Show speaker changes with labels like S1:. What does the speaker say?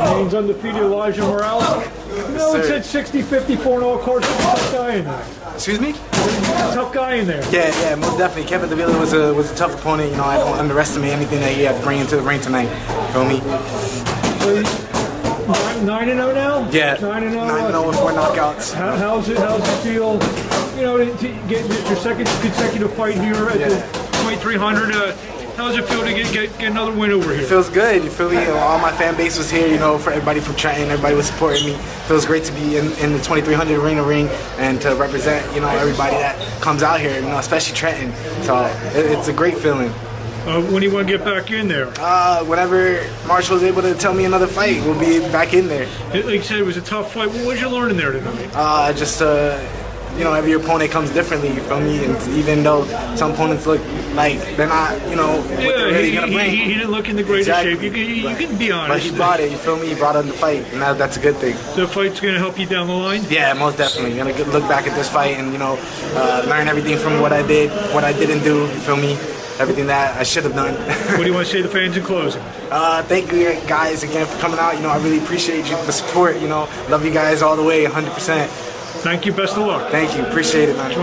S1: Remains undefeated Elijah Morales. No, it said 60 54 in all courts. Tough guy in there.
S2: Excuse me?
S1: Tough guy in there.
S2: Yeah, yeah, most definitely. Kevin Davila was a was a tough opponent. You know, I don't underestimate anything that he had to bring into the ring tonight. Feel me?
S1: So you- nine- 9 and 0 now?
S2: Yeah.
S1: 9 and 0.
S2: Nine and oh. zero with four knockouts.
S1: How, how's it? How's it feel? You know, to, to get your second consecutive fight here at the 2300. Uh, how's it feel to get, get get another win over here?
S2: Feels good. You feel me? You know, All my fan base was here. You know, for everybody from Trenton, everybody was supporting me. Feels great to be in, in the 2300 arena ring and to represent. You know, everybody that comes out here. You know, especially Trenton. So it, it's a great feeling.
S1: Uh, when do you want to get back in there?
S2: Uh, whenever Marshall's able to tell me another fight, we'll be back in there.
S1: It- Like you said, it was a tough fight. What was you learning there tonight?
S2: Uh, just uh, you know, every opponent comes differently from me, and even though some opponents look like they're not, you know, what they're
S1: Yeah,
S2: really
S1: he,
S2: gonna
S1: he,
S2: bring.
S1: he, he didn't look in the greatest
S2: Exactly.
S1: shape. You can, you
S2: Right.
S1: can be
S2: But
S1: honest.
S2: he brought it. You feel me? He brought on the fight, and that, that's a good thing.
S1: The fight's going to help you down the line.
S2: Yeah, most definitely. Gonna get- look back at this fight and you know, uh, learn everything from what I did, what I didn't do. You feel me? Everything that I should have done.
S1: What do you want to say to the fans in closing?
S2: Uh, thank you guys again for coming out. You know, I really appreciate you, the support. You know, love you guys all the way, 100%.
S1: Thank you. Best of luck.
S2: Thank you. Appreciate it, man.